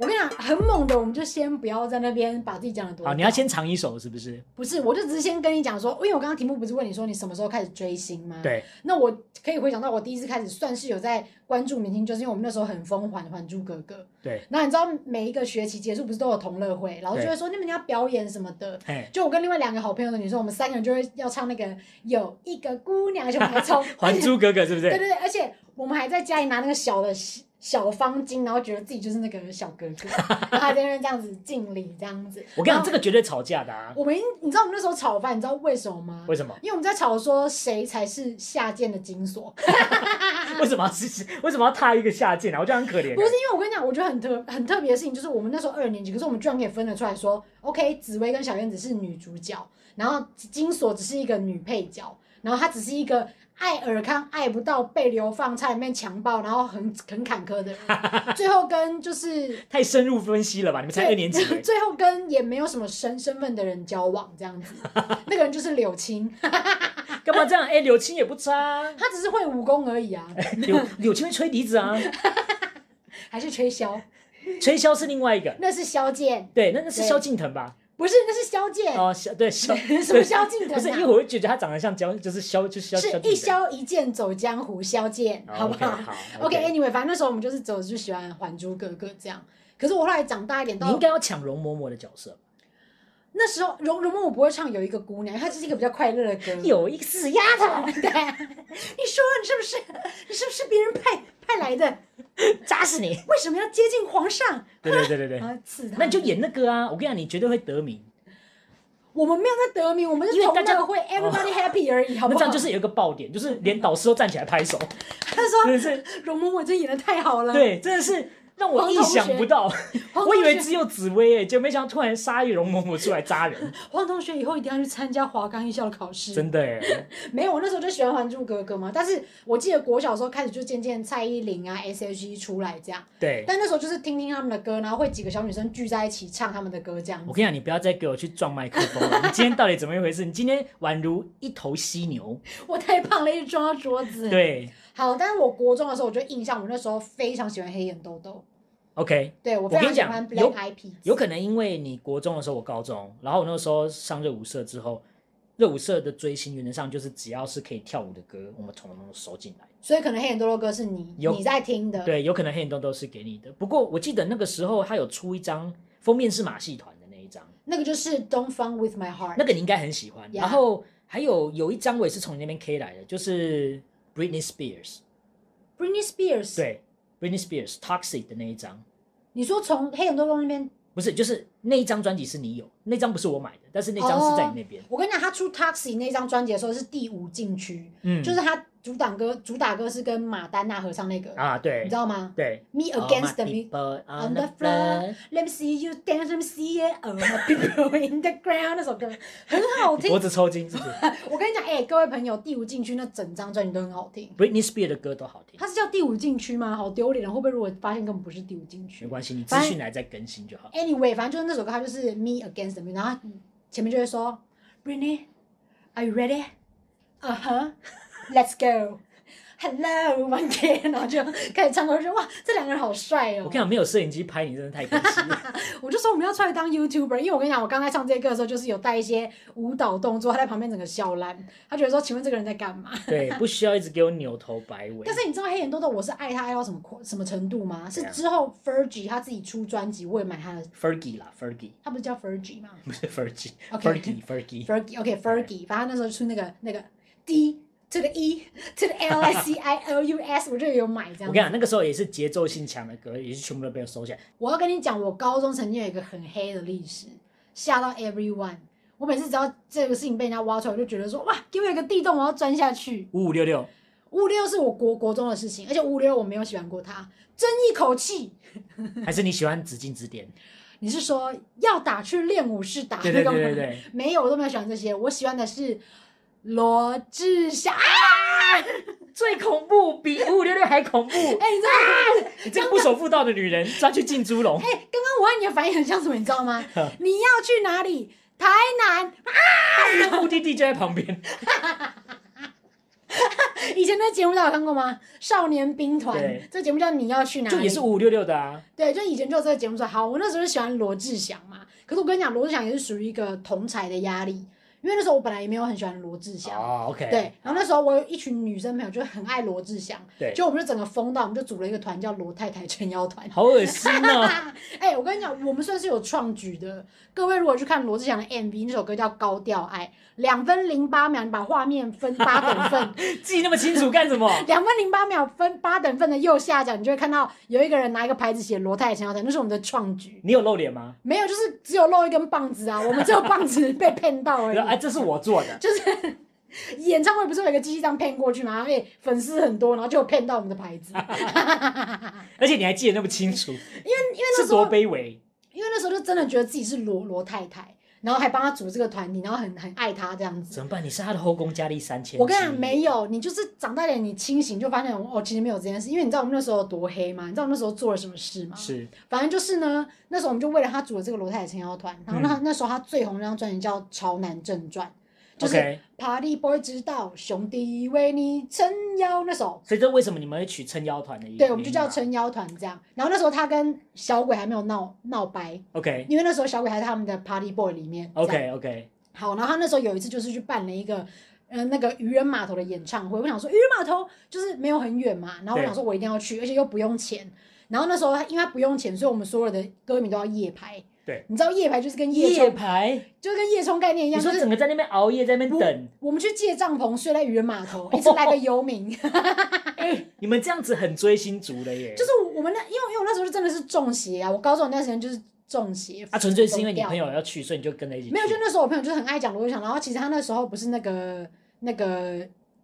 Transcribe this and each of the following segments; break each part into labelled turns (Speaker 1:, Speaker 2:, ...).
Speaker 1: 我跟你讲，很猛的，我们就先不要在那边把自己讲的多
Speaker 2: 好，
Speaker 1: 高。
Speaker 2: 你要先藏一首是不是？
Speaker 1: 不是，我就只是先跟你讲说，因为我刚刚题目不是问你说你什么时候开始追星吗？。
Speaker 2: 对，
Speaker 1: 那我可以回想到我第一次开始算是有在关注明星，就是因为我们那时候很疯还《还珠格格》。
Speaker 2: 对。
Speaker 1: 那你知道每一个学期结束不是都有同乐会，然后就会说你们要表演什么的。
Speaker 2: 哎，
Speaker 1: 就我跟另外两个好朋友的女生，我们三个人就会要唱那个有一个姑娘，而且我们还唱
Speaker 2: 《 还珠格格》是不
Speaker 1: 对
Speaker 2: 是？
Speaker 1: 对对，而且我们还在家里拿那个小的小方巾，然后觉得自己就是那个小哥 哥，然后还在那边这样子敬礼这样子。
Speaker 2: 我跟你
Speaker 1: 然
Speaker 2: 讲，
Speaker 1: 后
Speaker 2: 这个绝对吵架的啊！
Speaker 1: 我们已经你知道我们那时候吵翻，你知道为什么吗？
Speaker 2: 为什么？
Speaker 1: 因为我们在吵说谁才是下贱的金锁，
Speaker 2: 为什么要是 为什么要踏一个下贱啊？我觉得很可怜
Speaker 1: 不是因
Speaker 2: 欸。
Speaker 1: 为我跟你讲，我觉得很特很特别的事情，就是我们那时候二年级，可是我们居然可以分得出来说，OK，紫薇跟小燕子是女主角，然后金锁只是一个女配角，然后她只是一个爱尔康爱不到被流放，差点被强暴，然后很很坎坷的人，最后跟就是
Speaker 2: 太深入分析了吧？你 们才
Speaker 1: 对
Speaker 2: 二年级欸，
Speaker 1: 最后跟也没有什么身身份的人交往这样子，那个人就是柳青，
Speaker 2: 干嘛这样？哎，柳青也不差啊，
Speaker 1: 她只是会武功而已啊，
Speaker 2: 柳柳青会吹笛子 啊，
Speaker 1: 还是吹箫，
Speaker 2: 吹箫是另外一个。
Speaker 1: 那是萧剑，
Speaker 2: 对，那那是
Speaker 1: 对
Speaker 2: 萧敬腾吧？
Speaker 1: 不是那是萧剑，
Speaker 2: 哦，萧对 萧
Speaker 1: 什么萧敬腾、啊？
Speaker 2: 不是，因为我会觉得他长得像萧，就是萧，就是萧，
Speaker 1: 是
Speaker 2: 萧
Speaker 1: 一
Speaker 2: 敬腾。
Speaker 1: 消一剑走江湖，萧剑，
Speaker 2: 哦
Speaker 1: 好不
Speaker 2: OK，
Speaker 1: 好
Speaker 2: 好 OK，
Speaker 1: ？OK，Anyway，反正那时候我们就是走就喜欢《还珠格格》这样。可是我后来长大一点，
Speaker 2: 你应
Speaker 1: 到
Speaker 2: 该要抢容嬷嬷的角色。
Speaker 1: 那时候容容嬷嬷不会唱有一个姑娘，她就是一个比较快乐的歌。
Speaker 2: 有一个死丫头，
Speaker 1: 对，你说你是不是你是不是别人派派来的？
Speaker 2: 扎死你！
Speaker 1: 为什么要接近皇上？
Speaker 2: 对对对对对
Speaker 1: 然，后刺他。
Speaker 2: 那你就演那个啊！我跟你讲，你绝对会得名。
Speaker 1: 我们没有在得名，我们是
Speaker 2: 因为
Speaker 1: 同
Speaker 2: 大家哦
Speaker 1: 乐会，everybody happy 而已，好哦
Speaker 2: 那
Speaker 1: 不
Speaker 2: 这
Speaker 1: 好？
Speaker 2: 样就是有一个爆点，就是连导师都站起来拍手，
Speaker 1: 他
Speaker 2: 真
Speaker 1: 说
Speaker 2: 的是
Speaker 1: 容嬷嬷真演的太好了。
Speaker 2: 对，真的是让我
Speaker 1: 嗯黄
Speaker 2: 意
Speaker 1: 同
Speaker 2: 想
Speaker 1: 学
Speaker 2: 不到。
Speaker 1: 黄
Speaker 2: 我以
Speaker 1: 同
Speaker 2: 为
Speaker 1: 学，
Speaker 2: 只有紫薇哎，结果没想到突然鲨鱼容嬷嬷出来 扎人，
Speaker 1: 黄同学以后一定要去参加华冈艺校的考试。
Speaker 2: 真的哎。
Speaker 1: 没有，我那时候就喜欢《还珠格格》嘛，但是我记得国小的时候开始就渐渐蔡依林啊、S.H.E 出来这样，
Speaker 2: 对，
Speaker 1: 但那时候就是听听他们的歌，然后会几个小女生聚在一起唱他们的歌这样
Speaker 2: 我
Speaker 1: 子。
Speaker 2: 跟你讲，你不要再给我去撞麦克风了。你今天到底怎么一回事？你今天宛如一头犀牛。
Speaker 1: 我太胖了，一直撞到桌子。，
Speaker 2: 对
Speaker 1: 好，但是我国中的时候，我就印象我那时候非常喜欢黑眼豆豆，
Speaker 2: ，OK，
Speaker 1: 对我
Speaker 2: 跟
Speaker 1: 非常
Speaker 2: 你
Speaker 1: 喜
Speaker 2: 讲
Speaker 1: 欢
Speaker 2: 有
Speaker 1: Black Eyed Peas。
Speaker 2: 有可能因为你国中的时候，我高中，然后我那时候上热舞社之后，热舞社的追星原则上就是只要是可以跳舞的歌，我们统统收进来。
Speaker 1: 所以可能黑眼豆豆歌是你
Speaker 2: 有
Speaker 1: 你在听的。
Speaker 2: 对，有可能黑眼洞都是给你的。不过我记得那个时候他有出一张封面是马戏团的那一张，
Speaker 1: 那个就是《Don't Fun with My Heart》
Speaker 2: 那个你应该很喜欢。
Speaker 1: Yeah
Speaker 2: 然后还有有一张我也是从你那边 K 来的，就是 Britney Spears，
Speaker 1: ，Britney Spears。，
Speaker 2: 对，Britney Spears Toxic 的那一张。
Speaker 1: 你说从黑眼豆豆那边
Speaker 2: 不是，就是那一张专辑是你有，那张不是我买的，但是那张是在你那边。
Speaker 1: 我跟你讲，他出《Taxi》那张专辑的时候是第五禁区，
Speaker 2: 嗯，
Speaker 1: 就是他主打歌，主打歌是跟马丹娜合唱那个，
Speaker 2: 啊，对，哦
Speaker 1: 你知道吗
Speaker 2: 对。
Speaker 1: ？Me against the music,
Speaker 2: people
Speaker 1: on the floor, let me see you dance, let me see it, all my people in the ground 那首歌很好听
Speaker 2: 脖。子抽筋是不是
Speaker 1: 我跟你讲，哎、各位朋友，第五禁区那整张专辑都很好听。
Speaker 2: ？Britney Spears 的歌都好听，
Speaker 1: 它是叫第五禁区吗？好丢脸啊！会不会如果发现根本不是第五禁
Speaker 2: 没
Speaker 1: 区
Speaker 2: 关系，你资
Speaker 1: 反正
Speaker 2: 讯来再更新就好。
Speaker 1: ？Anyway，反正就是那首歌，它就是 Me against the music，然后它前面就会说 Britney，Are you ready？啊哈，Let's go。Hello, one day，然后 就开始唱歌，我就说哇，这两个人好帅
Speaker 2: 我
Speaker 1: 哦
Speaker 2: 跟！你讲，没有摄影机拍你真的太可惜了。
Speaker 1: 我就说我们要出来当 YouTuber，因为我跟你讲，我刚才唱这些歌的时候，就是有带一些舞蹈动作，他在旁边整个笑烂，他觉得说，请问这个人在干嘛？
Speaker 2: 对，不需要一直给我扭头摆尾
Speaker 1: 但。是你知道黑眼豆豆我是爱他爱到什么什么程度吗？是
Speaker 2: 怎样
Speaker 1: 之后 Fergie 他自己出专辑，我也买他的，
Speaker 2: Fergie 啦，Fergie
Speaker 1: 他不是叫 Fergie 吗
Speaker 2: 不是
Speaker 1: OK
Speaker 2: Fergie，Fergie，Fergie，
Speaker 1: ？Fergie，OK，Fergie，、反正他那时候出那个那个 D to the E to the L I C I L U S，我就有买这
Speaker 2: 我
Speaker 1: 样
Speaker 2: 跟你。讲，那个时候也是节奏性强的歌，也是全部都被我收起来。
Speaker 1: 我要跟你讲，我高中曾经有一个很黑的历史，吓到 everyone。我每次只要这个事情被人家挖出来，我就觉得说哇，给我一个地洞，我要钻下去。
Speaker 2: 五五六六，
Speaker 1: 五五六是我国国中的事情，而且五五六我没有喜欢过他，争一口气。
Speaker 2: 还是你喜欢《紫禁之 巅》？
Speaker 1: 你是说要打去练武室打
Speaker 2: 对
Speaker 1: 那
Speaker 2: 对
Speaker 1: 个吗？
Speaker 2: 对对对。
Speaker 1: 没有，我都没有喜欢这些，我喜欢的是罗志祥。啊
Speaker 2: 最恐怖，比五五六六还恐怖！
Speaker 1: 哎、你知道吗？
Speaker 2: 你这个不守妇道的女人，抓去浸猪笼
Speaker 1: 哎、。刚刚我爱你的反应很像什么，你知道 吗？你要去哪里？台南，
Speaker 2: 目的地就在旁边。
Speaker 1: 前那节目大家有看过吗？少年兵团
Speaker 2: 对
Speaker 1: 这节目叫你要去哪里？
Speaker 2: 就也是五五六六的啊，
Speaker 1: 对，就以前就有这个节目说，好，我那时候就喜欢罗志祥嘛。可是我跟你讲，罗志祥也是属于一个同才的压力，因为那时候我本来也没有很喜欢罗志祥。
Speaker 2: 哦，OK，
Speaker 1: 对，然后那时候我有一群女生朋友就很爱罗志祥，
Speaker 2: 对
Speaker 1: 就我们就整个疯到，我们就组了一个团叫罗太太撑腰团。
Speaker 2: 好恶心哦，
Speaker 1: 哎、我跟你讲，我们算是有创举的。各位如果去看罗志祥的 MV，那首歌叫《高调爱》，两分零八秒，你把画面分八等份，
Speaker 2: 记那么清楚干什么？
Speaker 1: 两分零八秒分八等份的右下角，你就会看到有一个人拿一个牌子写罗太太撑腰团，那是我们的创举。
Speaker 2: 你有露脸吗？
Speaker 1: 没有，就是只有露一根棒子啊，我们只有棒子被骗到而
Speaker 2: 你说哎，
Speaker 1: 已。
Speaker 2: 这是 我做的，
Speaker 1: 演唱会不是有一个机器这样骗过去吗？哎、粉丝很多，然后就有骗到我们的牌 子。
Speaker 2: 而且你还记得那么清楚，
Speaker 1: 因为那
Speaker 2: 是
Speaker 1: 时候
Speaker 2: 多，卑微。
Speaker 1: 因为那时候就真的觉得自己是罗罗太太，然后还帮他组这个团体，然后很很爱他这样子。
Speaker 2: 怎么办？你是他的后宫佳丽三千。
Speaker 1: 我跟你讲，没。有，你就是长大一点，你清醒就发现哦，其实没有这件事。因为你知道我们那时候有多黑吗？你知道我们那时候做了什么事吗？
Speaker 2: 是
Speaker 1: 反正就是呢，那时候我们就为了他组了这个罗太太撑腰团，然后那、
Speaker 2: 嗯
Speaker 1: 那时候他最红的那张专辑叫《潮南正传》，就是
Speaker 2: OK，
Speaker 1: Party Boy 知道，兄弟为你撑腰那首，
Speaker 2: 所以这为什么你们会取撑腰团的原因？
Speaker 1: 对，我们就叫。撑腰团这样。然后那时候他跟小鬼还没有闹闹掰，
Speaker 2: OK
Speaker 1: 因为那时候小鬼还在他们的 Party Boy 里面。这样
Speaker 2: OK OK，
Speaker 1: 好，然后他那时候有一次就是去办了一个。呃，那个渔人码头的演唱会，我想说渔人码头就是没有很远嘛，然后我
Speaker 2: 对
Speaker 1: 想说我一定要去，而且又不用钱。然后那时候因为他不用钱，所以我们所有的歌迷都要夜排。
Speaker 2: 对，
Speaker 1: 你知道夜排就是跟夜
Speaker 2: 夜
Speaker 1: 冲，
Speaker 2: 排，
Speaker 1: 就是跟夜冲概念一
Speaker 2: 你
Speaker 1: 样，就
Speaker 2: 说
Speaker 1: 是
Speaker 2: 整个在那边熬夜，在那边等，
Speaker 1: 我们去借帐篷睡在渔人码头，一直
Speaker 2: 哦
Speaker 1: 来个游民。
Speaker 2: 你们这样子很追星族了耶。
Speaker 1: 就是我们那，因为因为我那时候就真的是中邪啊！我高中那段时间就是中邪
Speaker 2: 啊，纯粹是因为你朋友要去，所以你就跟着一起去。
Speaker 1: 没有，就那时候我朋友就是很爱讲罗志祥，然后其实他那时候不是那个那个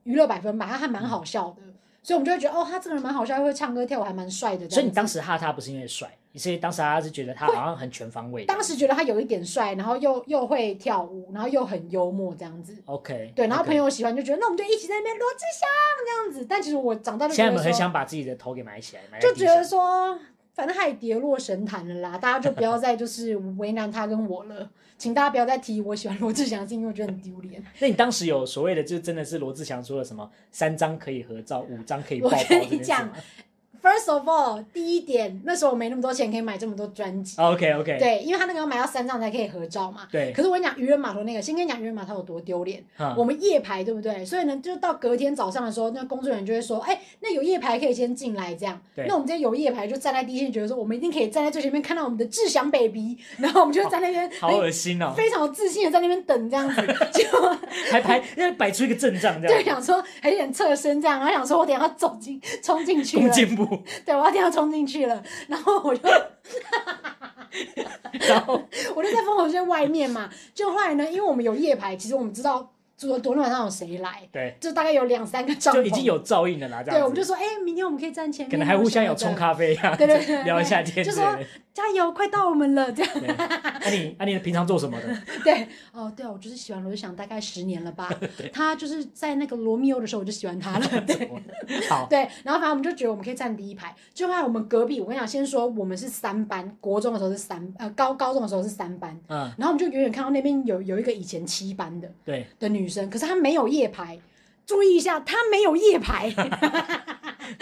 Speaker 1: 娱乐百分百，他还蛮
Speaker 2: 嗯
Speaker 1: 好笑的，所以我们就会觉得哦，他这个人蛮好笑，又会唱歌跳舞，还蛮帅的。
Speaker 2: 所以
Speaker 1: 这
Speaker 2: 你
Speaker 1: 样
Speaker 2: 当
Speaker 1: 子
Speaker 2: 时哈他不是因为帅，你是当时哈他是觉得他好像很全方位。
Speaker 1: 当时觉得他有一点帅，然后又又会跳舞，然后又很幽默这样子。
Speaker 2: OK，
Speaker 1: 对，然后
Speaker 2: OK
Speaker 1: 朋友喜欢就觉得那我们就一起在那边罗志祥这样子，但其实我长大就
Speaker 2: 现在
Speaker 1: 觉得
Speaker 2: 我们很
Speaker 1: 说，
Speaker 2: 想把自己的头给埋起来，埋在
Speaker 1: 就
Speaker 2: 地
Speaker 1: 觉得
Speaker 2: 上
Speaker 1: 说。反正他也跌落神坛了啦，大家就不要再就是为难他跟我了，请大家不要再提我喜欢罗志祥，是因为我觉得很丢脸。
Speaker 2: 那你当时有所谓的，就真的是罗志祥说了什么三张可以合照，五张可以抱
Speaker 1: 我
Speaker 2: 抱
Speaker 1: 跟
Speaker 2: 这
Speaker 1: 你
Speaker 2: 件事
Speaker 1: 讲
Speaker 2: 吗
Speaker 1: First of all，第一点，那时候我没那么多钱可以买这么多专辑。
Speaker 2: ？OK OK，
Speaker 1: 对，因为他那个要买到三张才可以合照嘛。
Speaker 2: 哦对
Speaker 1: 可是我跟你讲，渔人码头那个，先跟你讲渔人码头有多丢脸。
Speaker 2: 嗯
Speaker 1: 我们夜排对不对？所以呢，就到隔天早上的时候，那工作人员就会说：“哎、那有夜排可以先进来。”这样，
Speaker 2: 对
Speaker 1: 那我们这些有夜排就站在第一线，觉得说我们一定可以站在最前面看到我们的志祥 baby，然 后我们就在那边哎
Speaker 2: 好恶心哦，
Speaker 1: 非常有自信的在那边等这样 子，结果
Speaker 2: 还排那摆出一个阵仗这
Speaker 1: 就
Speaker 2: 样，
Speaker 1: 想说还有点侧身这样，然后想说我等一下要走进冲进去
Speaker 2: 弓
Speaker 1: 了，
Speaker 2: 箭步，
Speaker 1: 对，我要等一下冲进去了，然后我就啊
Speaker 2: 然后
Speaker 1: 我就在烽火线外面嘛，就后来呢，因为我们有夜排，其实我们知道昨昨天晚上有谁来，
Speaker 2: 对，
Speaker 1: 就大概有两三个帐篷，
Speaker 2: 就已经有照应了啦，这
Speaker 1: 对，我
Speaker 2: 样
Speaker 1: 们就
Speaker 2: 子，
Speaker 1: 说，哎、明天我们可以站前面，
Speaker 2: 可能还互相有
Speaker 1: 什么
Speaker 2: 冲
Speaker 1: 的，
Speaker 2: 咖啡啊，
Speaker 1: 对对对对
Speaker 2: 聊一下天
Speaker 1: 就
Speaker 2: 之
Speaker 1: 说
Speaker 2: 类的。
Speaker 1: 加油，快到我们了，这样
Speaker 2: 对，那你啊那你平常做什么的？
Speaker 1: 对，哦，对啊，我就是喜欢罗志祥大概十年了 吧， 他就是在那个罗密欧的时候我就喜欢他了， 对。
Speaker 2: 好，
Speaker 1: 对，然后反正我们就觉得我们可以站第一排。就后来我们隔壁，我跟你讲，先说我们是三班，国中的时候是三，呃，高高中的时候是三班，
Speaker 2: 嗯，
Speaker 1: 然后我们就远远看到那边有有一个以前七班的
Speaker 2: 对，
Speaker 1: 的女生，可是她没有夜排。注意一下，她没有夜排，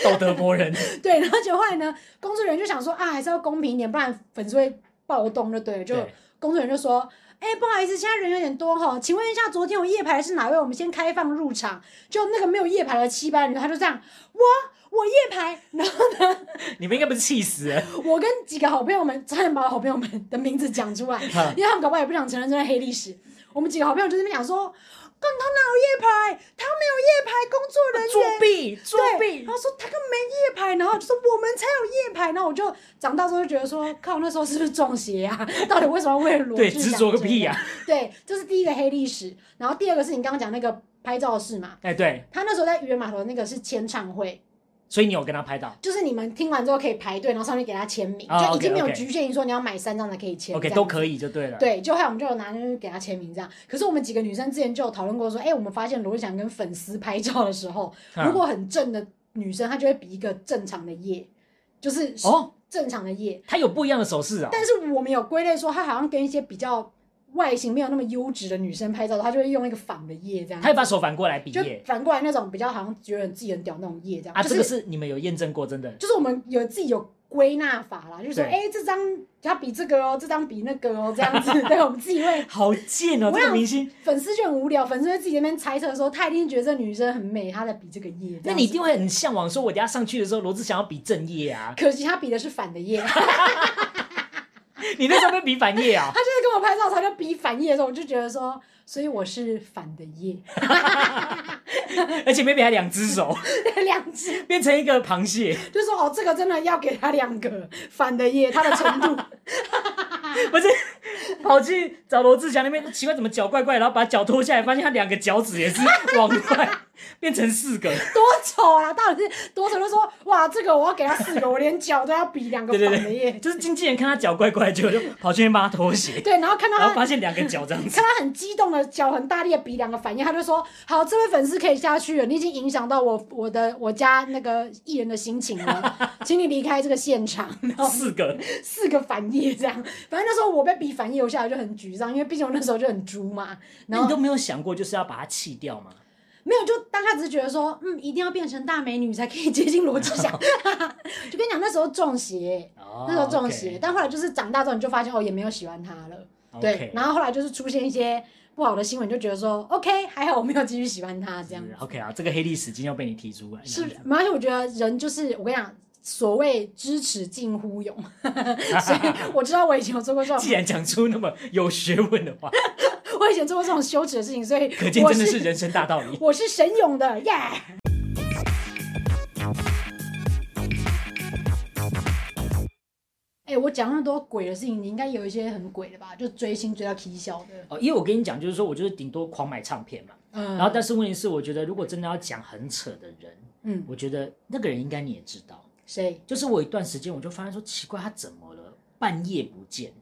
Speaker 2: 道德魔人，
Speaker 1: 对。然后结果后来呢，工作人员就想说啊，还是要公平一点，不然粉丝会暴动，就对 了。就
Speaker 2: 对
Speaker 1: 工作人员就说，哎、不好意思，现在人有点多哈，请问一下，昨天有夜排的是哪位？我们先开放入场。就那个没有夜排的七班女，她就这样，我我夜排，然后
Speaker 2: 你们应该不是气死了，
Speaker 1: 我跟几个好朋友们，差点把我好朋友们的名字讲出来，
Speaker 2: 哈
Speaker 1: 因为他们搞不好也不想承认这段黑历史。我们几个好朋友就在那边讲说，刚他哪有夜排？他没有夜排，工作人
Speaker 2: 作
Speaker 1: 员。
Speaker 2: 弊作
Speaker 1: 对，
Speaker 2: 弊
Speaker 1: 他，说他根本没夜排，然后就说我们才有夜排，然后我就长大之后就觉得说，靠，那时候是不是中邪啊？ 到底为什么为了罗
Speaker 2: 对，
Speaker 1: 志祥
Speaker 2: 执着个
Speaker 1: 这
Speaker 2: 屁
Speaker 1: 样
Speaker 2: 呀！
Speaker 1: 对，这是第一个黑历史，然后第二个是你刚刚讲那个拍照的事嘛，
Speaker 2: 哎，对，
Speaker 1: 他那时候在渔人码头那个是签唱会，
Speaker 2: 所以你有跟他拍到
Speaker 1: 就是你们听完之后可以排队，然后上去给他签名，
Speaker 2: 啊
Speaker 1: 就已经没有
Speaker 2: OK，OK
Speaker 1: 局限于说你要买三张才可以签
Speaker 2: ，OK
Speaker 1: 这样
Speaker 2: 都
Speaker 1: 子
Speaker 2: 可以就对了。
Speaker 1: 对，就后来我们就有拿去给他签名这样。可是我们几个女生之前就有讨论过说，哎、我们发现罗志祥跟粉丝拍照的时候，
Speaker 2: 嗯
Speaker 1: 如果很正的女生，她就会比一个正常的夜，就是
Speaker 2: 哦，
Speaker 1: 正常的夜。
Speaker 2: 他有不一样的手势啊。
Speaker 1: 但是我们有归类说，她好像跟一些比较外形没有那么优质的女生拍照的话，她就会用一个反的叶这样
Speaker 2: 他，会把手反过来比
Speaker 1: 就
Speaker 2: 耶
Speaker 1: 反过来那种比较好像觉得自己很屌那种叶这样。
Speaker 2: 啊，
Speaker 1: 就
Speaker 2: 这个是你们有验证过，真的。
Speaker 1: 就是我们有自己有归纳法啦，就是说，
Speaker 2: 对
Speaker 1: 哎、这张它比这个哦，这张比那个哦，这 样子，对，我们自己 会
Speaker 2: 好贱哦，
Speaker 1: 我
Speaker 2: 这个
Speaker 1: 想
Speaker 2: 明星。
Speaker 1: 粉丝就很无聊，粉丝会自己在那边猜测说，他一定觉得这女生很美，她在比这个耶。这
Speaker 2: 那
Speaker 1: 样
Speaker 2: 你一
Speaker 1: 子
Speaker 2: 定会很向往，说我等下上去的时候，罗志祥要比正 业啊，
Speaker 1: 可惜他比的是反的耶， 他，
Speaker 2: 你那时候被比反业啊
Speaker 1: 就是跟我拍照，他就比反耶的时候，我就觉得说，所以我是反的耶，
Speaker 2: 而且 maybe 还两只手，
Speaker 1: 两只
Speaker 2: 变成一个螃蟹，
Speaker 1: 就说哦，这个真的要给他两个反的耶，他的程度，
Speaker 2: 不是跑去找罗志祥那边，奇怪怎么脚怪怪，然后把脚脱下来，发现他两个脚趾也是往外， 变成四个，
Speaker 1: 多丑啊！到底是多丑？就说哇，这个我要给他四个，我连脚都要比两个
Speaker 2: 对对
Speaker 1: 反的耶
Speaker 2: 对，。就是经纪人看他脚怪怪，就就跑去那边帮他脱 鞋，
Speaker 1: 对，然后看到他
Speaker 2: 然后发现两个脚这样 子，
Speaker 1: 看他很激动的脚很大力的比两个反应，他就说：“好，这位粉丝可以下去了，你已经影响到我我的我家那个艺人的心情 了，请你离开这个现场。”然后
Speaker 2: 四个，
Speaker 1: 四个反叶这样，反正那时候我被比反叶，我下来就很沮丧，因为毕竟我那时候就很猪嘛。然
Speaker 2: 那你
Speaker 1: 后
Speaker 2: 都没有想过就是要把它弃掉吗？
Speaker 1: 没有，就当下只是觉得说，嗯，一定要变成大美女才可以接近罗志祥。就跟你讲，那时候中邪，
Speaker 2: 哦
Speaker 1: 那时候中邪，但后来就是长大之后，你就发现哦，也没有喜欢他了。对，
Speaker 2: 哦 OK，
Speaker 1: 然后后来就是出现一些不好的新闻，就觉得说，OK，还好我没有继续喜欢他这样
Speaker 2: 是 OK 啊，这啊个黑历史今天要被你提出来，
Speaker 1: 是，而且我觉得人就是我跟你讲，所谓知耻近乎 勇，所以我知道我以前有做过这种，
Speaker 2: 既然讲出那么有学问的话，
Speaker 1: 我以前做过这种羞耻的事情，所以
Speaker 2: 可见
Speaker 1: 我
Speaker 2: 真的是人生大道理。
Speaker 1: 我是神勇的耶。哎、我讲那么多鬼的事情，你应该有一些很鬼的吧？就追星追到啼笑的，
Speaker 2: 哦，因为我跟你讲，就是说我就是顶多狂买唱片嘛。
Speaker 1: 嗯，
Speaker 2: 然后，但是问题是，我觉得如果真的要讲很扯的人，
Speaker 1: 嗯，
Speaker 2: 我觉得那个人应该你也知道。
Speaker 1: 谁？
Speaker 2: 就是我有一段时间我就发现说，奇怪，他怎么了？半夜不 见，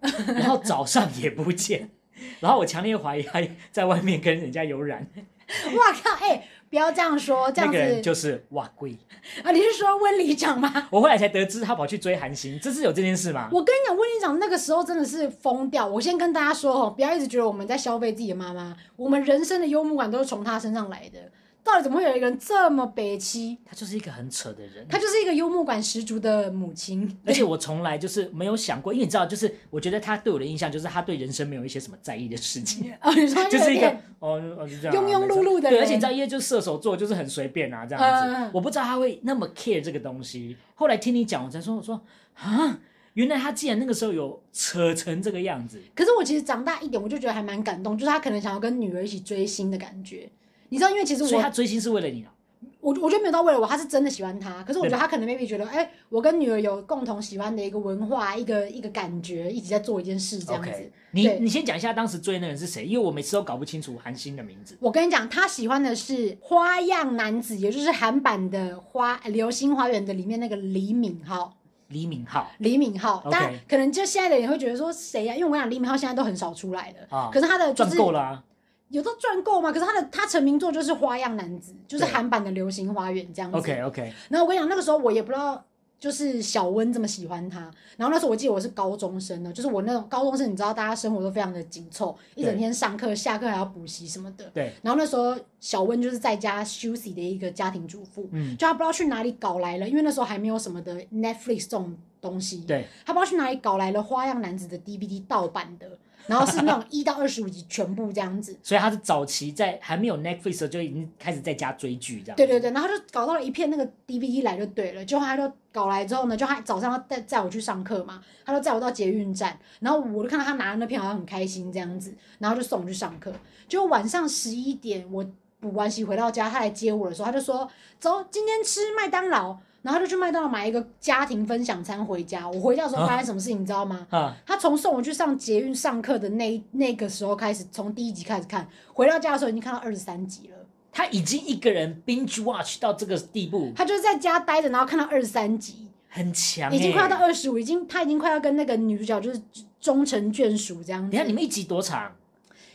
Speaker 2: 然后早上也不见， 然后我强烈怀疑他在外面跟人家有 染。
Speaker 1: 哇靠！哎、不要这样说，这
Speaker 2: 那
Speaker 1: 样
Speaker 2: 个
Speaker 1: 子、
Speaker 2: 人就是哇贵。
Speaker 1: 啊！你是说温里长吗？
Speaker 2: 我后来才得知他跑去追韩星，这是有这件事吗？
Speaker 1: 我跟你讲，温里长那个时候真的是疯掉。我先跟大家说哦，不要一直觉得我们在消费自己的妈妈，我们人生的幽默感都是从她身上来的。到底怎么会有一个人这么北七？
Speaker 2: 他就是一个很扯的人。
Speaker 1: 她就是一个幽默感十足的母亲。
Speaker 2: 而且我从来就是没有想过，因为你知道，就是我觉得他对我的印象就是他对人生没有一些什么在意的事情，
Speaker 1: 哦，你说
Speaker 2: 就是一个
Speaker 1: 有点
Speaker 2: 哦哦就这样啊
Speaker 1: 庸庸碌碌的人
Speaker 2: 对，而且你知道，因为就是射手座就是很随便啊这样
Speaker 1: 嗯嗯
Speaker 2: 子
Speaker 1: 嗯，
Speaker 2: 我不知道他会那么 care 这个东西。后来听你讲，我才说我说啊，原来他既然那个时候有扯成这个样子，
Speaker 1: 可是我其实长大一点，我就觉得还蛮感动，就是她可能想要跟女儿一起追星的感觉。你知道，因为其实
Speaker 2: 所以
Speaker 1: 我
Speaker 2: 他追星是为了你啊。
Speaker 1: 我我觉得没有到为了我，他是真的喜欢他。可是我觉得
Speaker 2: 对
Speaker 1: 他可能 maybe 觉得，哎、我跟女儿有共同喜欢的一个文化，一个一个感觉，一起在做一件事这样子。
Speaker 2: OK，你
Speaker 1: 对
Speaker 2: 你先讲一下当时追那个人是谁，因为我每次都搞不清楚韩星的名字。
Speaker 1: 我跟你讲，他喜欢的是《花样男子》，也就是韩版的花《流星花园》的里面那个李敏镐。
Speaker 2: 李敏镐
Speaker 1: 李敏镐，
Speaker 2: OK
Speaker 1: 但可能就现在的人会觉得说谁啊呀、因为我跟你讲李敏镐现在都很少出来了，
Speaker 2: 啊
Speaker 1: 可是他的就
Speaker 2: 赚
Speaker 1: 是
Speaker 2: 够了啊。
Speaker 1: 有都赚够吗？可是他的他成名作就是《花样男子》，就是
Speaker 2: 对
Speaker 1: 韩版的《流星花园》这样子。
Speaker 2: OK OK，
Speaker 1: 然后我跟你讲，那个时候我也不知道，就是小温这么喜欢他。然后那时候我记得我是高中生呢，就是我那种高中生，你知道大家生活都非常的紧凑，一整天上课、下课还要补习什么的。
Speaker 2: 对，
Speaker 1: 然后那时候小温就是在家休息的一个家庭主妇，
Speaker 2: 嗯，
Speaker 1: 就她不知道去哪里搞来了，因为那时候还没有什么的 Netflix 这种东西，
Speaker 2: 对，
Speaker 1: 她不知道去哪里搞来了《花样男子》的 DVD 盗版的，然后是那种一到二十五集全部这样子。
Speaker 2: 所以他是早期在还没有 Netflix 的时候就已经开始在家追剧这样。
Speaker 1: 对对对，然后就搞到了一片那个 DVD 来就对了，结果他就搞来之后呢，就他早上要带载我去上课嘛，他就载我到捷运站，然后我就看到他拿的那片好像很开心这样子，然后就送我去上课，结果晚上十一点我补完习回到家，他来接我的时候，他就说走，今天吃麦当劳，然后他就去麦当劳买一个家庭分享餐回家，我回家的时候发生什么事情你知道吗？
Speaker 2: 啊，
Speaker 1: 他从送我去上捷运上课的那一那个时候开始，从第一集开始看，回到家的时候已经看到二十三集了。
Speaker 2: 他已经一个人 binge watch 到这个地步，
Speaker 1: 他就是在家待着，然后看到二十三集，
Speaker 2: 很强、欸，
Speaker 1: 已经快要到。二十五，已经他已经快要跟那个女主角就是终成眷属这样
Speaker 2: 你看你
Speaker 1: 子。
Speaker 2: 们一集多长？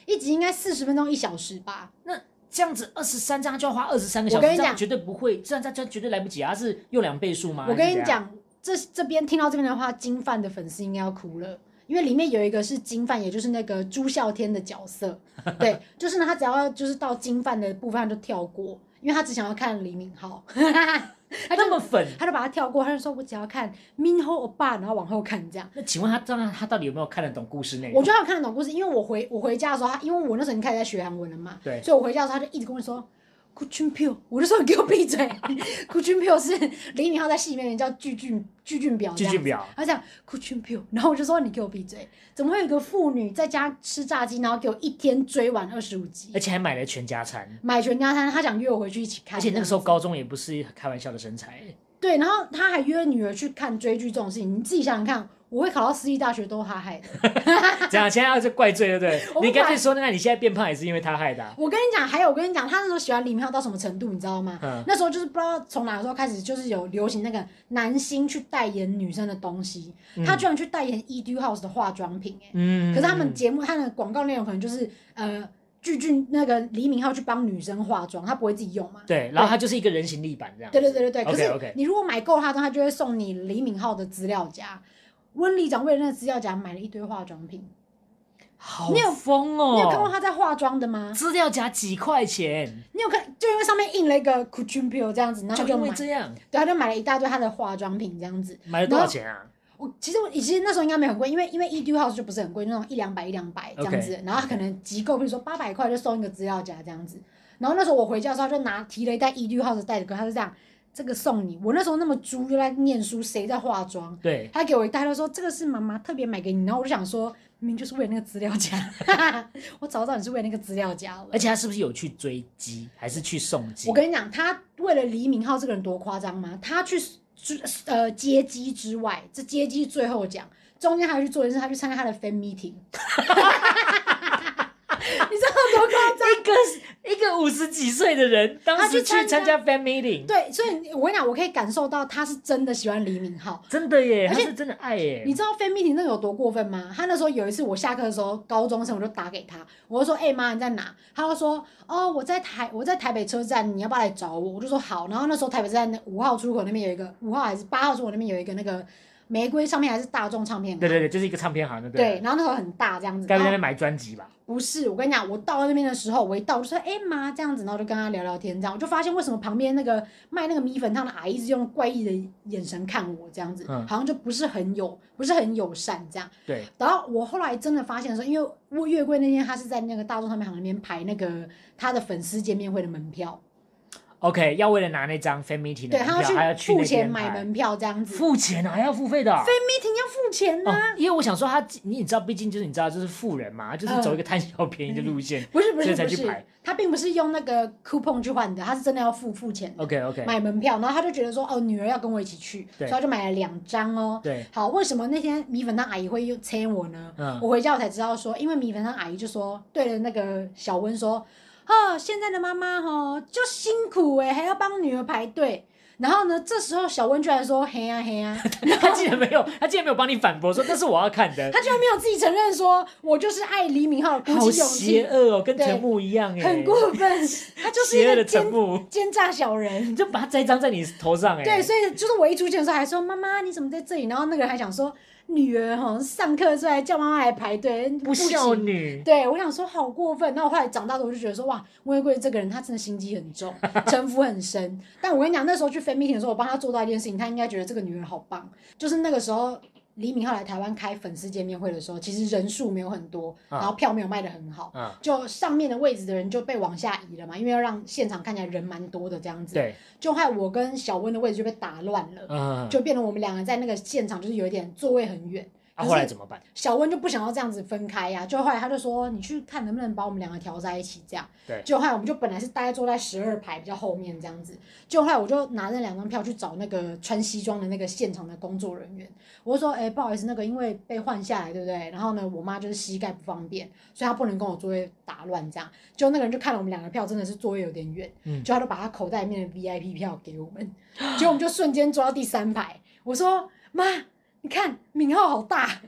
Speaker 1: 一集应该四十分钟一小时吧？
Speaker 2: 那这样子二十三张就要花二十三个小
Speaker 1: 我
Speaker 2: 时，
Speaker 1: 跟你
Speaker 2: 这样
Speaker 1: 讲
Speaker 2: 绝对不会，这样这样这样绝对来不及啊！是用两倍数吗？
Speaker 1: 我跟你
Speaker 2: 还是怎样，
Speaker 1: 讲，这这边听到这边的话，金范的粉丝应该要哭了。因为里面有一个是金范，也就是那个朱孝天的角 色，对，就是呢，他只要就是到金范的部分他就跳过，因为他只想要看李敏镐，他
Speaker 2: 那
Speaker 1: 就
Speaker 2: 么粉。
Speaker 1: 他就把他跳过，他就说我只要看敏镐欧巴，然后往后看这样。
Speaker 2: 那请问他当然他到底有没有看得懂故事内
Speaker 1: 我
Speaker 2: 容？
Speaker 1: 觉得他有看得懂故事，因为我回我回家的时候，他因为我那时候已经开始在学韩文了嘛，
Speaker 2: 对
Speaker 1: 所以我回家的时候他就一直跟我说。顾俊票，我就说你给我闭嘴。顾俊票是李敏镐在戏里面叫具俊具俊表，
Speaker 2: 剧剧表，
Speaker 1: 他讲 Could you build？然后我就说你给我闭嘴！怎么会有一个妇女在家吃炸鸡，然后给我一天追完二十五集
Speaker 2: 而？且还买了全家餐。
Speaker 1: 买全家餐，他想约我回去一起看。
Speaker 2: 而且那个时候高中也不是开玩笑的身材，
Speaker 1: 对，然后他还约女儿去看追剧这种事情，你自己想想看，我会考到私立大学都是他害的。
Speaker 2: 这样现在要是怪罪对
Speaker 1: 我
Speaker 2: 不
Speaker 1: 不
Speaker 2: 对？你干脆说，那你现在变胖也是因为他害的啊、
Speaker 1: 我跟你讲，还有我跟你讲，他那时候喜欢李妙到什么程度，你知道吗？
Speaker 2: 嗯，
Speaker 1: 那时候就是不知道从哪个时候开始，就是有流行那个男星去代言女生的东西，他居然去代言 Etude House 的化妆品、欸，
Speaker 2: 嗯
Speaker 1: 可是他们节目他的广告内容可能就是呃，具俊那个李敏镐去帮女生化妆，他不会自己用嘛？
Speaker 2: 对，然后他就是一个人形立板这样。
Speaker 1: 对对对对对。可
Speaker 2: OK
Speaker 1: 是
Speaker 2: OK，
Speaker 1: 你如果买够他的话，他就会送你李敏镐的资料夹。温里长为了那个资料夹买了一堆化妆品，
Speaker 2: 好
Speaker 1: 你有
Speaker 2: 疯哦！
Speaker 1: 你有看过他在化妆的吗？
Speaker 2: 资料夹几块钱？
Speaker 1: 你有看？就因为上面印了一个 c u c h i n p i l 这样子，然后他
Speaker 2: 就
Speaker 1: 就
Speaker 2: 因
Speaker 1: 买
Speaker 2: 为，这样
Speaker 1: 对，他就买了一大堆他的化妆品这样子。
Speaker 2: 买了多少钱啊？
Speaker 1: 我其实我其实那时候应该没有很贵，因为因为 Etude House 就不是很贵，那种一两百一两百这样子
Speaker 2: OK
Speaker 1: 然后他可能集够，比如说八百块就送一个资料夹这样子。然后那时候我回家的时候，他就拿提了一袋 Etude House 的袋子给我，他就这样，这个送你。我那时候那么猪，又在念书，谁在化妆？
Speaker 2: 对，
Speaker 1: 他给我一袋，他说这个是妈妈特别买给你。然后我就想说，明明就是为了那个资料夹， 我早知道你是为了那个资料夹了
Speaker 2: 而。且他是不是有去追击，还是去送机？
Speaker 1: 我跟你讲，他为了黎明浩这个人多夸张吗？他去之呃接机之外，这接机最后讲，中间还去做一件事，他去参加他的 fan meeting。你知道多夸张？
Speaker 2: 一个一个五十几岁的人，当时去参加 fan meeting，
Speaker 1: 对，所以我跟你讲，我可以感受到他是真的喜欢黎明浩。
Speaker 2: 真的耶，
Speaker 1: 而
Speaker 2: 他
Speaker 1: 且
Speaker 2: 是真的爱耶。
Speaker 1: 你知道 fan meeting 那个有多过分吗？他那时候有一次我下课的时候，高中生我就打给他，我就说：“哎、妈，你在哪？”他就说：“哦，我在台我在台北车站，你要不要来找我？”我就说：“好。”然后那时候台北车站那五号出口那边有一个五号还是八号出口那边有一个那个玫瑰，上面还是大众唱片行
Speaker 2: 对对对，就是一个唱片行的，
Speaker 1: 对
Speaker 2: 对。
Speaker 1: 然后那时候很大这样子。
Speaker 2: 该
Speaker 1: 然后
Speaker 2: 不会在那边买专辑吧？
Speaker 1: 不是，我跟你讲，我到那边的时候，我一到我就说：“哎、妈，这样子。”然后就跟他聊聊天，这样我就发现为什么旁边那个卖那个米粉汤的阿姨一直用怪异的眼神看我，这样子，
Speaker 2: 嗯
Speaker 1: 好像就不是很友不是很友善这样。
Speaker 2: 对，
Speaker 1: 然后我后来真的发现的时候，因为我月桂那天他是在那个大众唱片行那边排那个他的粉丝见面会的门票，
Speaker 2: OK，要为了拿那张 fan meeting 的
Speaker 1: 对
Speaker 2: 门
Speaker 1: 他
Speaker 2: 票，还要
Speaker 1: 去付
Speaker 2: 那
Speaker 1: 钱
Speaker 2: 边
Speaker 1: 买
Speaker 2: 拍，
Speaker 1: 门票这样子。
Speaker 2: 付钱啊，还要付费的啊。
Speaker 1: 非 meeting 要付钱呢、
Speaker 2: 哦，因为我想说他，你你知道，毕竟就是你知道，就是富人嘛，就是走一
Speaker 1: 嗯
Speaker 2: 个贪小便宜的路线。
Speaker 1: 不是不
Speaker 2: 所
Speaker 1: 是
Speaker 2: 以才
Speaker 1: 不
Speaker 2: 去
Speaker 1: 是
Speaker 2: 排，
Speaker 1: 他并不是用那个 coupon 去换的，他是真的要付付钱的
Speaker 2: OK OK，
Speaker 1: 嗯买门票，然后他就觉得说哦，女儿要跟我一起去，所
Speaker 2: 对
Speaker 1: 以他就买了两张哦。
Speaker 2: 对，
Speaker 1: 好，为什么那天米粉汤阿姨会又催我呢？
Speaker 2: 嗯
Speaker 1: 我回家我才知道说，因为米粉汤阿姨就说对着那个小温说，哦，现在的妈妈哦就辛苦哎、还要帮女儿排队。然后呢，这时候小温居然说嘿呀、嘿呀、
Speaker 2: 他竟然没有，他竟然没有帮你反驳说那是我要看的，
Speaker 1: 他居然没有自己承认说，我就是爱黎明浩，鼓
Speaker 2: 好
Speaker 1: 起勇
Speaker 2: 邪
Speaker 1: 气，
Speaker 2: 恶哦，跟
Speaker 1: 对
Speaker 2: 陈木一样哎，
Speaker 1: 很过分， 他就是一
Speaker 2: 邪恶
Speaker 1: 个
Speaker 2: 的陈
Speaker 1: 奸
Speaker 2: 木。
Speaker 1: 奸诈小人
Speaker 2: 你。就把它栽赃在你头上哎、
Speaker 1: 对，所以就是我一出现的时候还说妈妈你怎么在这里，然后那个人还想说女儿哈上课出来叫妈妈来排队，
Speaker 2: 不孝
Speaker 1: 行。
Speaker 2: 女。
Speaker 1: 对，我想说好过分。那我后来长大的我就觉得说哇，温贵这个人他真的心机很重，城府很深。但我跟你讲，那时候去 fan meeting 的时候，我帮他做到一件事情，他应该觉得这个女人好棒。就是那个时候李敏镐来台湾开粉丝见面会的时候，其实人数没有很多，
Speaker 2: 啊
Speaker 1: 然后票没有卖的很好。
Speaker 2: 嗯，
Speaker 1: 就上面的位置的人就被往下移了嘛，因为要让现场看起来人蛮多的这样子。
Speaker 2: 对，
Speaker 1: 就害我跟小温的位置就被打乱了，
Speaker 2: 嗯，
Speaker 1: 就变得我们两个在那个现场就是有一点座位很远。
Speaker 2: 啊，
Speaker 1: 可是
Speaker 2: 后来怎么办？
Speaker 1: 小温就不想要这样子分开呀、就后来他就说：“你去看能不能把我们两个调在一起。”这样，
Speaker 2: 对
Speaker 1: 就后来我们就本来是大概坐在十二排比较后面这样子，就后来我就拿着两张票去找那个穿西装的那个现场的工作人员，我就说：“哎、不好意思，那个因为被换下来，对不对？然后呢，我妈就是膝盖不方便，所以她不能跟我座位打乱这样。”就那个人就看了我们两个票，真的是座位有点远，
Speaker 2: 嗯
Speaker 1: 就他就把他口袋里面的 VIP 票给我们，结果我们就瞬间坐到第三排。我说：“妈，你看敏浩好大，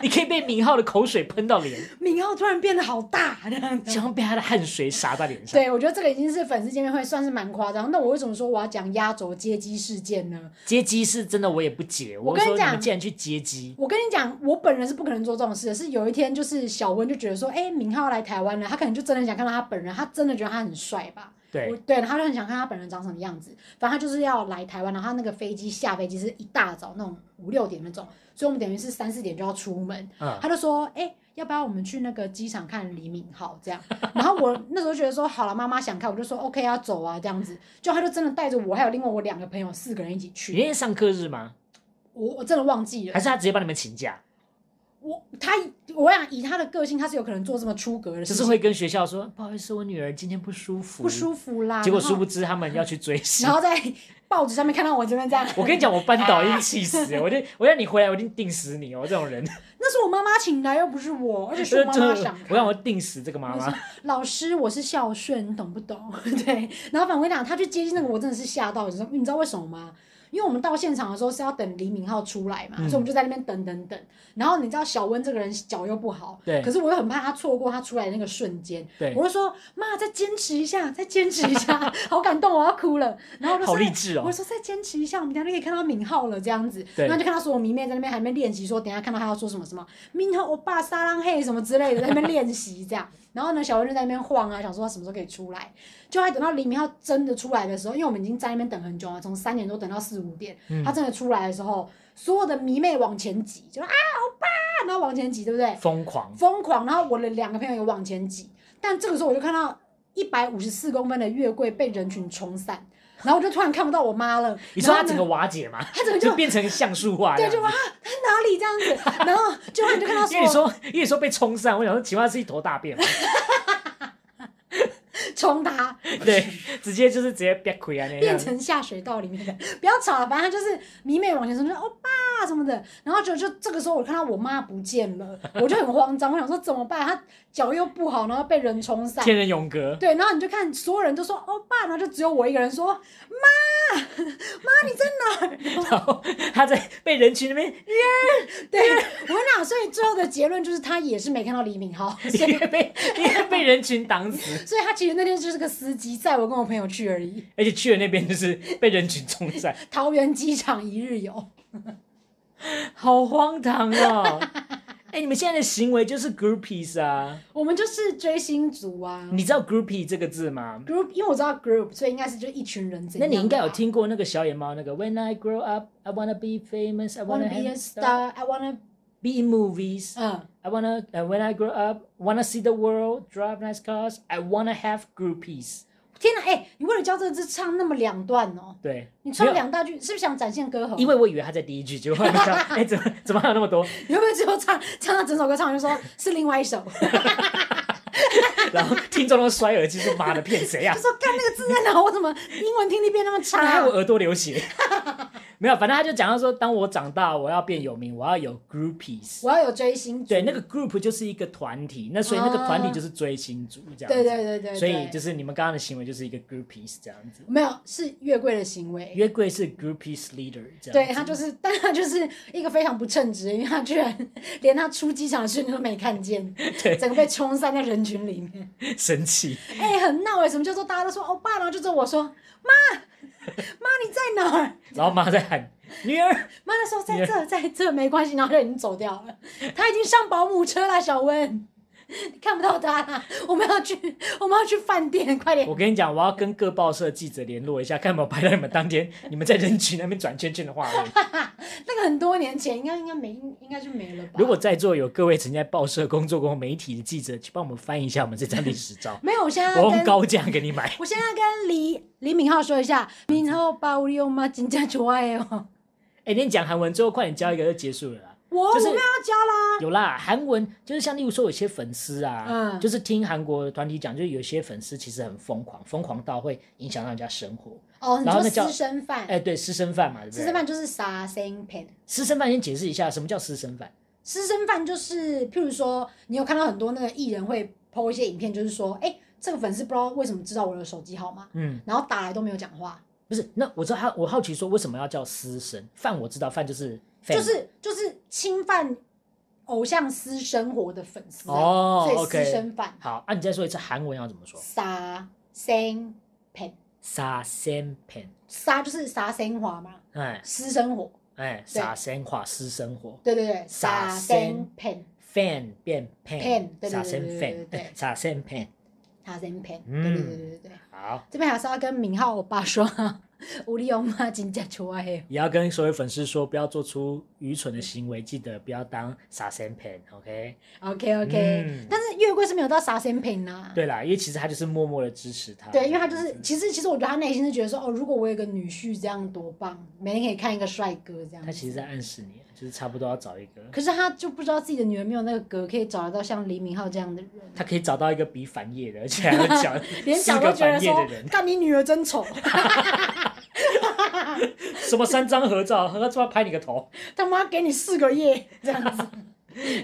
Speaker 2: 你可以被明浩的口水喷到脸，
Speaker 1: 敏浩突然变得好大这样子。
Speaker 2: 想要被他的汗水洒在脸上。
Speaker 1: 嗯 对，我觉得这个已经是粉丝见面会，算是蛮夸张。那我为什么说我要讲压轴接机事件呢？
Speaker 2: 接机是真的，我也不解。
Speaker 1: 我
Speaker 2: 我
Speaker 1: 跟你
Speaker 2: 说你
Speaker 1: 讲
Speaker 2: 们竟然去接机，
Speaker 1: 我跟你讲，我本人是不可能做这种事的。是有一天，就是小温就觉得说，哎、明浩来台湾了，他可能就真的很想看到他本人，他真的觉得他很帅吧？我
Speaker 2: 对，
Speaker 1: 对，他就很想看他本人长什么样子。反正他就是要来台湾，然后他那个飞机下飞机是一大早那种五六点那种，所以我们等于是三四点就要出门。
Speaker 2: 嗯，
Speaker 1: 他就说，哎、要不要我们去那个机场看李敏镐这样？然后我那时候觉得说，好了，妈妈想看，我就说 OK 啊，走啊这样子。就他就真的带着我还有另外我两个朋友四个人一起
Speaker 2: 你
Speaker 1: 去，
Speaker 2: 那天上课日吗？
Speaker 1: 我我真的忘记了
Speaker 2: 还。是他直接帮你们请假？
Speaker 1: 我他我想以他的个性，他是有可能做这么出格的
Speaker 2: 就
Speaker 1: 事
Speaker 2: 是
Speaker 1: 情，
Speaker 2: 会跟学校说不好意思，我女儿今天不舒服，
Speaker 1: 不舒服啦。
Speaker 2: 结果
Speaker 1: 然
Speaker 2: 殊
Speaker 1: 后
Speaker 2: 不知他们要去追星
Speaker 1: 然。后在报纸上面看到我这边这样，
Speaker 2: 我跟你讲，我班导一定气死、
Speaker 1: 啊
Speaker 2: 我就我要你回来，我一定定死你哦！这种人，
Speaker 1: 那是我妈妈请的，又不是我，而且 是
Speaker 2: 就
Speaker 1: 我妈妈
Speaker 2: 是
Speaker 1: 想
Speaker 2: 我
Speaker 1: 看。
Speaker 2: 让我定死这个妈妈。
Speaker 1: 老师，我是孝顺，你懂 不懂？对。然后反过来讲，他去接近那个，我真的是吓到，你知道你知道为什么吗？因为我们到现场的时候是要等黎明浩出来嘛，
Speaker 2: 嗯
Speaker 1: 所以我们就在那边等等等。然后你知道小温这个人脚又不好，
Speaker 2: 对
Speaker 1: 可是我又很怕他错过他出来的那个瞬间，
Speaker 2: 对
Speaker 1: 我，就说妈，再坚持一下， 再坚持一下， 好感动，我要哭了。然后我就
Speaker 2: 好
Speaker 1: 说
Speaker 2: 励志
Speaker 1: 我
Speaker 2: 哦！
Speaker 1: 说再坚持一下，我们等一下就可以看到敏浩了这样子。
Speaker 2: 对
Speaker 1: 然后就看到所有迷妹在那边还没练习，说等一下看到他要说什么什么，敏浩欧巴撒浪嘿什么之类的，在那边练习这样。 然后呢，小文就在那边晃啊，想说他什么时候可以出来。就还等到李明浩真的出来的时候，因为我们已经在那边等很久了，啊从三点多等到四五点，
Speaker 2: 嗯
Speaker 1: 他真的出来的时候，所有的迷妹往前挤，就啊欧巴，然后往前挤，对不对？
Speaker 2: 疯狂，
Speaker 1: 疯狂，然后我的两个朋友也往前挤，但这个时候我就看到一百五十四公分的月桂被人群冲散，然后我就突然看不到我妈了。
Speaker 2: 你说
Speaker 1: 然后
Speaker 2: 他
Speaker 1: 呢
Speaker 2: 整个瓦解吗？
Speaker 1: 她整个就
Speaker 2: 就变成像素化
Speaker 1: 对，
Speaker 2: 这样子，
Speaker 1: 就哇，啊她哪里这样 子？然后就你就看到
Speaker 2: 因为你
Speaker 1: 说
Speaker 2: 说，因为你说被冲散，我想说，请问他是一头 大便吗？
Speaker 1: 冲她，
Speaker 2: 对，直接就是直接憋亏啊那
Speaker 1: 变
Speaker 2: 样。
Speaker 1: 成下水道里面的。不要吵了，反正她就是迷妹往前冲，就说欧巴什么的。然后就就这个时候我看到我妈不见了，我就很慌张，我想说怎么办？她脚又不好，然后被人冲散。
Speaker 2: 天人永隔，
Speaker 1: 对，然后你就看所有人都说欧巴，然后就只有我一个人说
Speaker 2: 然后他在被人群 那边
Speaker 1: 对，我跟你讲，所以最后的结论就是他也是没看到李敏镐，所以
Speaker 2: 也被也被人群挡死，
Speaker 1: 所以他其实那天就是个司机载我跟我朋友去而已。
Speaker 2: 而且去了那边就是被人群冲散，
Speaker 1: 桃园机场一日游，
Speaker 2: 好荒唐哦！ 哎、你们现在的行为就是 groupies 啊！
Speaker 1: 我们就是追星族啊。
Speaker 2: 你知道 groupie 这个字吗？
Speaker 1: group，因为我知道 group，所以应该是就一群人怎
Speaker 2: 那
Speaker 1: 样
Speaker 2: 你应该有
Speaker 1: 吧。
Speaker 2: 听过那个小野猫那个 When I grow up, I wanna be famous, I
Speaker 1: 啊 Wanna
Speaker 2: wanna
Speaker 1: be a
Speaker 2: have
Speaker 1: star, I wanna，
Speaker 2: be in movies,
Speaker 1: 嗯，
Speaker 2: I wanna uh, when I grow up, wanna see the world, drive nice cars, I wanna have groupies。
Speaker 1: 天哪，哎、你为了教这个字唱那么两段哦，
Speaker 2: 对，
Speaker 1: 你唱
Speaker 2: 没有
Speaker 1: 两大句，是不是想展现歌喉？
Speaker 2: 因为我以为他在第一句，结果我没想到， 哎，怎么怎么还有那么多？
Speaker 1: 你会不会最后唱唱到整首歌唱完就说是另外一首， 就
Speaker 2: 然后听众都摔耳机说：“妈的，骗谁啊
Speaker 1: 说看那个字在哪，我怎么英文听力变那么？”差、
Speaker 2: 那害
Speaker 1: 啊
Speaker 2: 我？耳朵流血。 没有，反正他就讲到说，当我长大，我要变有名，我要有 groupies。
Speaker 1: 我要有追星族。
Speaker 2: 对，那个 group 就是一个团体，那所以那个团体就是追星族这样子。
Speaker 1: 啊对对对对，
Speaker 2: 所
Speaker 1: 对
Speaker 2: 以就是你们刚刚的行为就是一个 groupies 这样子。
Speaker 1: 没有是月桂的行为。
Speaker 2: 约柜是 groupies leader 这样子。
Speaker 1: 对他就是，但他就是一个非常不称职，因为他居然连他出机场的瞬间都没看 见，整个被冲散在人群里面，
Speaker 2: 生气。
Speaker 1: 哎、很闹哎、什么叫做大家都说欧巴，然后就只有我说哦妈，妈你在哪儿？
Speaker 2: 然后妈在喊女儿，
Speaker 1: 妈那时候在这，在这没关系，然后就已经走掉了，他已经上保姆车了，小温， 看不到他啦，我们要去， 我们要去饭店，快点
Speaker 2: 我，跟你讲，我要跟各报社记者联络一下，看有没有拍到你们当天你们在人群那边转圈圈的画面。
Speaker 1: 那个很多年前，应该应该没，应该就没了吧？，
Speaker 2: 如果在座有各位曾经在报社工作过媒体的记者，去帮我们翻译一下我们这张历史照
Speaker 1: 没有，我现在
Speaker 2: 我
Speaker 1: 要
Speaker 2: 用
Speaker 1: 跟
Speaker 2: 高价给你买。
Speaker 1: 我现在要跟李李敏镐说一下，敏镐把我用吗？真正可爱哦，
Speaker 2: 哎、你讲韩文最后快点教一个就结束了啦。
Speaker 1: 我、
Speaker 2: 就是
Speaker 1: 我们要教啦。
Speaker 2: 有啦，韩文就是像例如说有些粉丝啊，
Speaker 1: 嗯
Speaker 2: 就是听韩国的团体讲，就是有些粉丝其实很疯狂，疯狂到会影响到人家生活。
Speaker 1: 哦，你
Speaker 2: 然后
Speaker 1: 说
Speaker 2: 那叫
Speaker 1: 私生饭，
Speaker 2: 哎、对，私生饭嘛，对不对？
Speaker 1: 私生，饭就是杀生片。
Speaker 2: 私生饭先解释一下什么叫私生饭。
Speaker 1: 私生饭就是，譬如说，你有看到很多那个艺人会 PO 一些影片，就是说，哎、这个粉丝不知道为什么知道我的手机号码，
Speaker 2: 嗯，
Speaker 1: 然后打来都没有讲话，
Speaker 2: 不是，那我知道他，我好奇说为什么要叫私生饭？我知道饭就是
Speaker 1: 就是就是侵犯偶像私生活的粉丝啊、
Speaker 2: 哦
Speaker 1: 所以私
Speaker 2: OK
Speaker 1: 生饭
Speaker 2: 好啊，你再说一次韩文要怎么说？
Speaker 1: 杀生盆，
Speaker 2: 沙生片，
Speaker 1: 杀就是杀生活嘛，
Speaker 2: 哎
Speaker 1: 私生活，
Speaker 2: 哎，沙生化私生活
Speaker 1: 对对对，
Speaker 2: 杀
Speaker 1: 杀
Speaker 2: 生
Speaker 1: 生盆，
Speaker 2: ，fan 变 pan，
Speaker 1: pen，对对对
Speaker 2: 沙
Speaker 1: 对
Speaker 2: 生
Speaker 1: 对对
Speaker 2: fan，
Speaker 1: 对对
Speaker 2: 沙生 pan，
Speaker 1: 杀生盆，对
Speaker 2: 嗯
Speaker 1: 对对对对对。
Speaker 2: 好，
Speaker 1: 这边还是要跟明浩欧巴说 啊，有你欧妈真正出爱的。
Speaker 2: 也要跟所有粉丝说，不要做出愚蠢的行为，记得不要当沙生 pan，OK？
Speaker 1: OK OK，、
Speaker 2: 嗯
Speaker 1: 但是月桂是没有到杀生品呐、
Speaker 2: 对啊啦，因为其实他就是默默的支持他，
Speaker 1: 啊对，因为他就是，其实其实我觉得他内心是觉得说，哦，如果我有个女婿这样多棒，每天可以看一个帅哥这样子。
Speaker 2: 他其实在暗示你，就是差不多要找一个，
Speaker 1: 可是他就不知道自己的女儿没有那个格，可以找得到像黎明浩这样的人，
Speaker 2: 他可以找到一个比反叶的，而且还有讲
Speaker 1: 连
Speaker 2: 四
Speaker 1: 讲
Speaker 2: 个
Speaker 1: 都觉得
Speaker 2: 反叶
Speaker 1: 说
Speaker 2: 的人，，
Speaker 1: 干你女儿真丑，
Speaker 2: 什么三张合照，合照拍你个头。
Speaker 1: 他妈给你四个月这样 子，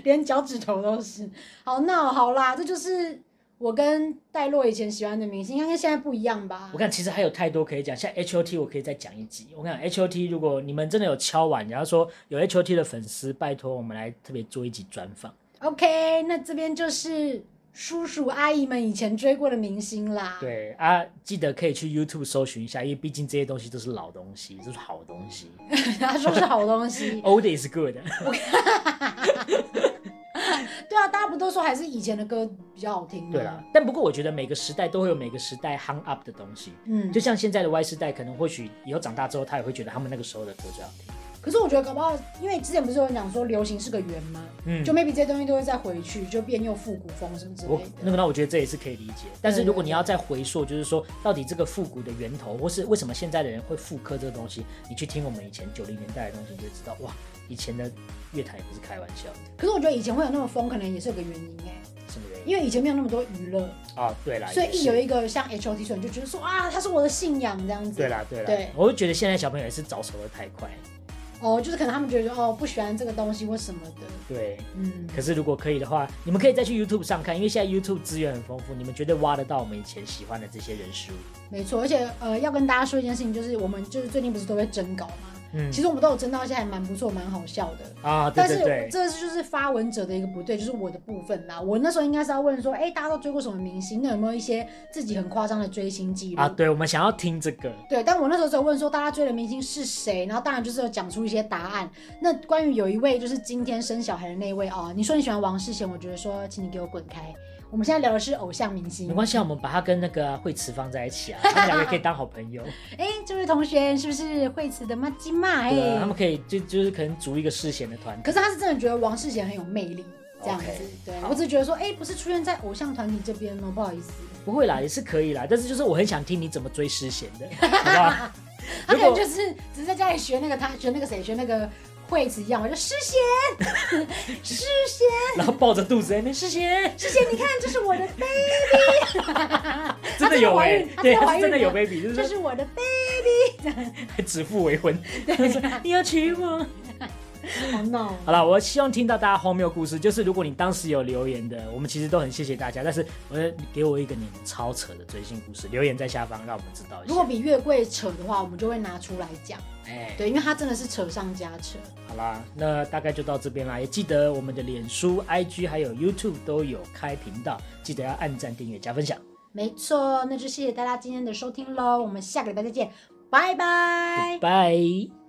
Speaker 1: 连脚趾头都是。好，那好啦，这就是我跟戴洛以前喜欢的明星，应该跟现在不一样吧
Speaker 2: 我？看其实还有太多可以讲，像 H O T 我可以再讲一集。我看 H O T，如果你们真的有敲完，然后说有 H O T 的粉丝，拜托我们来特别做一集专访。
Speaker 1: OK，那这边就是叔叔阿姨们以前追过的明星啦。，
Speaker 2: 对啊，记得可以去 YouTube 搜寻一下，因为毕竟这些东西都是老东西，都是好东西。
Speaker 1: 他说是好东 西。
Speaker 2: Old is good，
Speaker 1: 对啊，大家不都说还是以前的歌比较好听吗？
Speaker 2: 对啦。但不过我觉得每个时代都会有每个时代 hung up 的东西，
Speaker 1: 嗯
Speaker 2: 就，像现在的 Y 世代，可能或许以后长大之后，他也会觉得他们那个时候的歌最好听。
Speaker 1: 可是我觉得搞不好，因为之前不是有人讲说流行是个圆吗？
Speaker 2: 嗯
Speaker 1: 就 maybe 这些东西都会再回去，就变又复古风什么之
Speaker 2: 我
Speaker 1: 类
Speaker 2: 那
Speaker 1: 的。
Speaker 2: 个，那我觉得这也是可以理解。但是
Speaker 1: 对
Speaker 2: 如果你要再回溯，就是说到底这个复古的源头，或是为什么现在的人会复刻这个东西，你去听我们以前九零年代的东西，你就会知道，哇，以前的乐坛也不是开玩笑的，
Speaker 1: 可是我觉得以前会有那么疯，可能也是有个原因哎、
Speaker 2: 是不是？
Speaker 1: 因为以前没有那么多娱乐，
Speaker 2: 啊，对啦，
Speaker 1: 所以
Speaker 2: 也
Speaker 1: 一
Speaker 2: 是
Speaker 1: 有一个像 H O T 出来，你就觉得说啊，他是我的信仰这样子。
Speaker 2: 对啦，对啦，
Speaker 1: 对
Speaker 2: 我就觉得现在小朋友也是早熟的太快，
Speaker 1: 哦，就是可能他们觉得哦不喜欢这个东西或什么的，
Speaker 2: 对。
Speaker 1: 嗯，
Speaker 2: 可是如果可以的话，你们可以再去 YouTube 上看，因为现在 YouTube 资源很丰富，你们绝对挖得到我们以前喜欢的这些人事物。
Speaker 1: 没错。而且呃，要跟大家说一件事情，就是我们就是最近不是都会征稿吗？
Speaker 2: 嗯
Speaker 1: 其实我们都有征到一些还蛮不错、蛮好笑的。
Speaker 2: 啊，对
Speaker 1: 但
Speaker 2: 对
Speaker 1: 是
Speaker 2: 对，
Speaker 1: 这是就是发文者的一个不对，就是我的部分啦。我那时候应该是要问说，哎、大家都追过什么明星？那有没有一些自己很夸张的追星记录？
Speaker 2: 啊，对，我们想要听这个，
Speaker 1: 对，但我那时候只有问说大家追的明星是谁，然后当然就是有讲出一些答案。那关于有一位就是今天生小孩的那一位哦，你说你喜欢王世贤，我觉得说，请你给我滚开。我们现在聊的是偶像明
Speaker 2: 没
Speaker 1: 星。
Speaker 2: 关系啊，我们把它跟那个惠慈放在一起啊，他们两个可以当 好朋友，啊
Speaker 1: 哎，这位同学是不是惠慈的妈鸡妈？哎、
Speaker 2: 对啊，他们可以就就是可能组一个世贤的团体，
Speaker 1: 可是他是真的觉得王世贤很有魅力，这样子。
Speaker 2: OK，
Speaker 1: 对
Speaker 2: 好
Speaker 1: 我只是觉得说，哎，不是出现在偶像团体这边哦，不好意思。
Speaker 2: 不会啦，也是可以啦，但是就是我很想听你怎么追世贤 的，好不好？
Speaker 1: 他
Speaker 2: 如
Speaker 1: 可能
Speaker 2: 果
Speaker 1: 就是只是在家里学那个他学那个谁学那个惠子一样，我就师贤， 师贤，
Speaker 2: 然后抱着肚子在那边 世贤，
Speaker 1: 师贤，你看这是我的 baby，
Speaker 2: 真的有
Speaker 1: 怀
Speaker 2: 哎、
Speaker 1: 孕，她
Speaker 2: 对，
Speaker 1: 真的
Speaker 2: 他
Speaker 1: 怀
Speaker 2: 是
Speaker 1: 孕
Speaker 2: 真的有
Speaker 1: 了
Speaker 2: baby，就是
Speaker 1: 这
Speaker 2: 说
Speaker 1: 是我的 baby，
Speaker 2: 还 指腹为婚，他说 你要娶我。
Speaker 1: 好闹哦。
Speaker 2: 好了，我希望听到大家荒谬故事，就是如果你当时有留言的，我们其实都很谢谢大家，但是我觉得你给我一个你们超扯的追星故事，留言在下方让我们知道一
Speaker 1: 如果
Speaker 2: 下。
Speaker 1: 比月桂扯的话，我们就会拿出来讲，
Speaker 2: 哎，
Speaker 1: 对，因为他真的是扯上加扯。
Speaker 2: 好啦，那大概就到这边啦。也记得我们的脸书、IG 还有 YouTube 都有开频道，记得要按赞、订阅、加分享。
Speaker 1: 没错，那就谢谢大家今天的收听喽，我们下个礼拜再见，拜拜。
Speaker 2: 拜。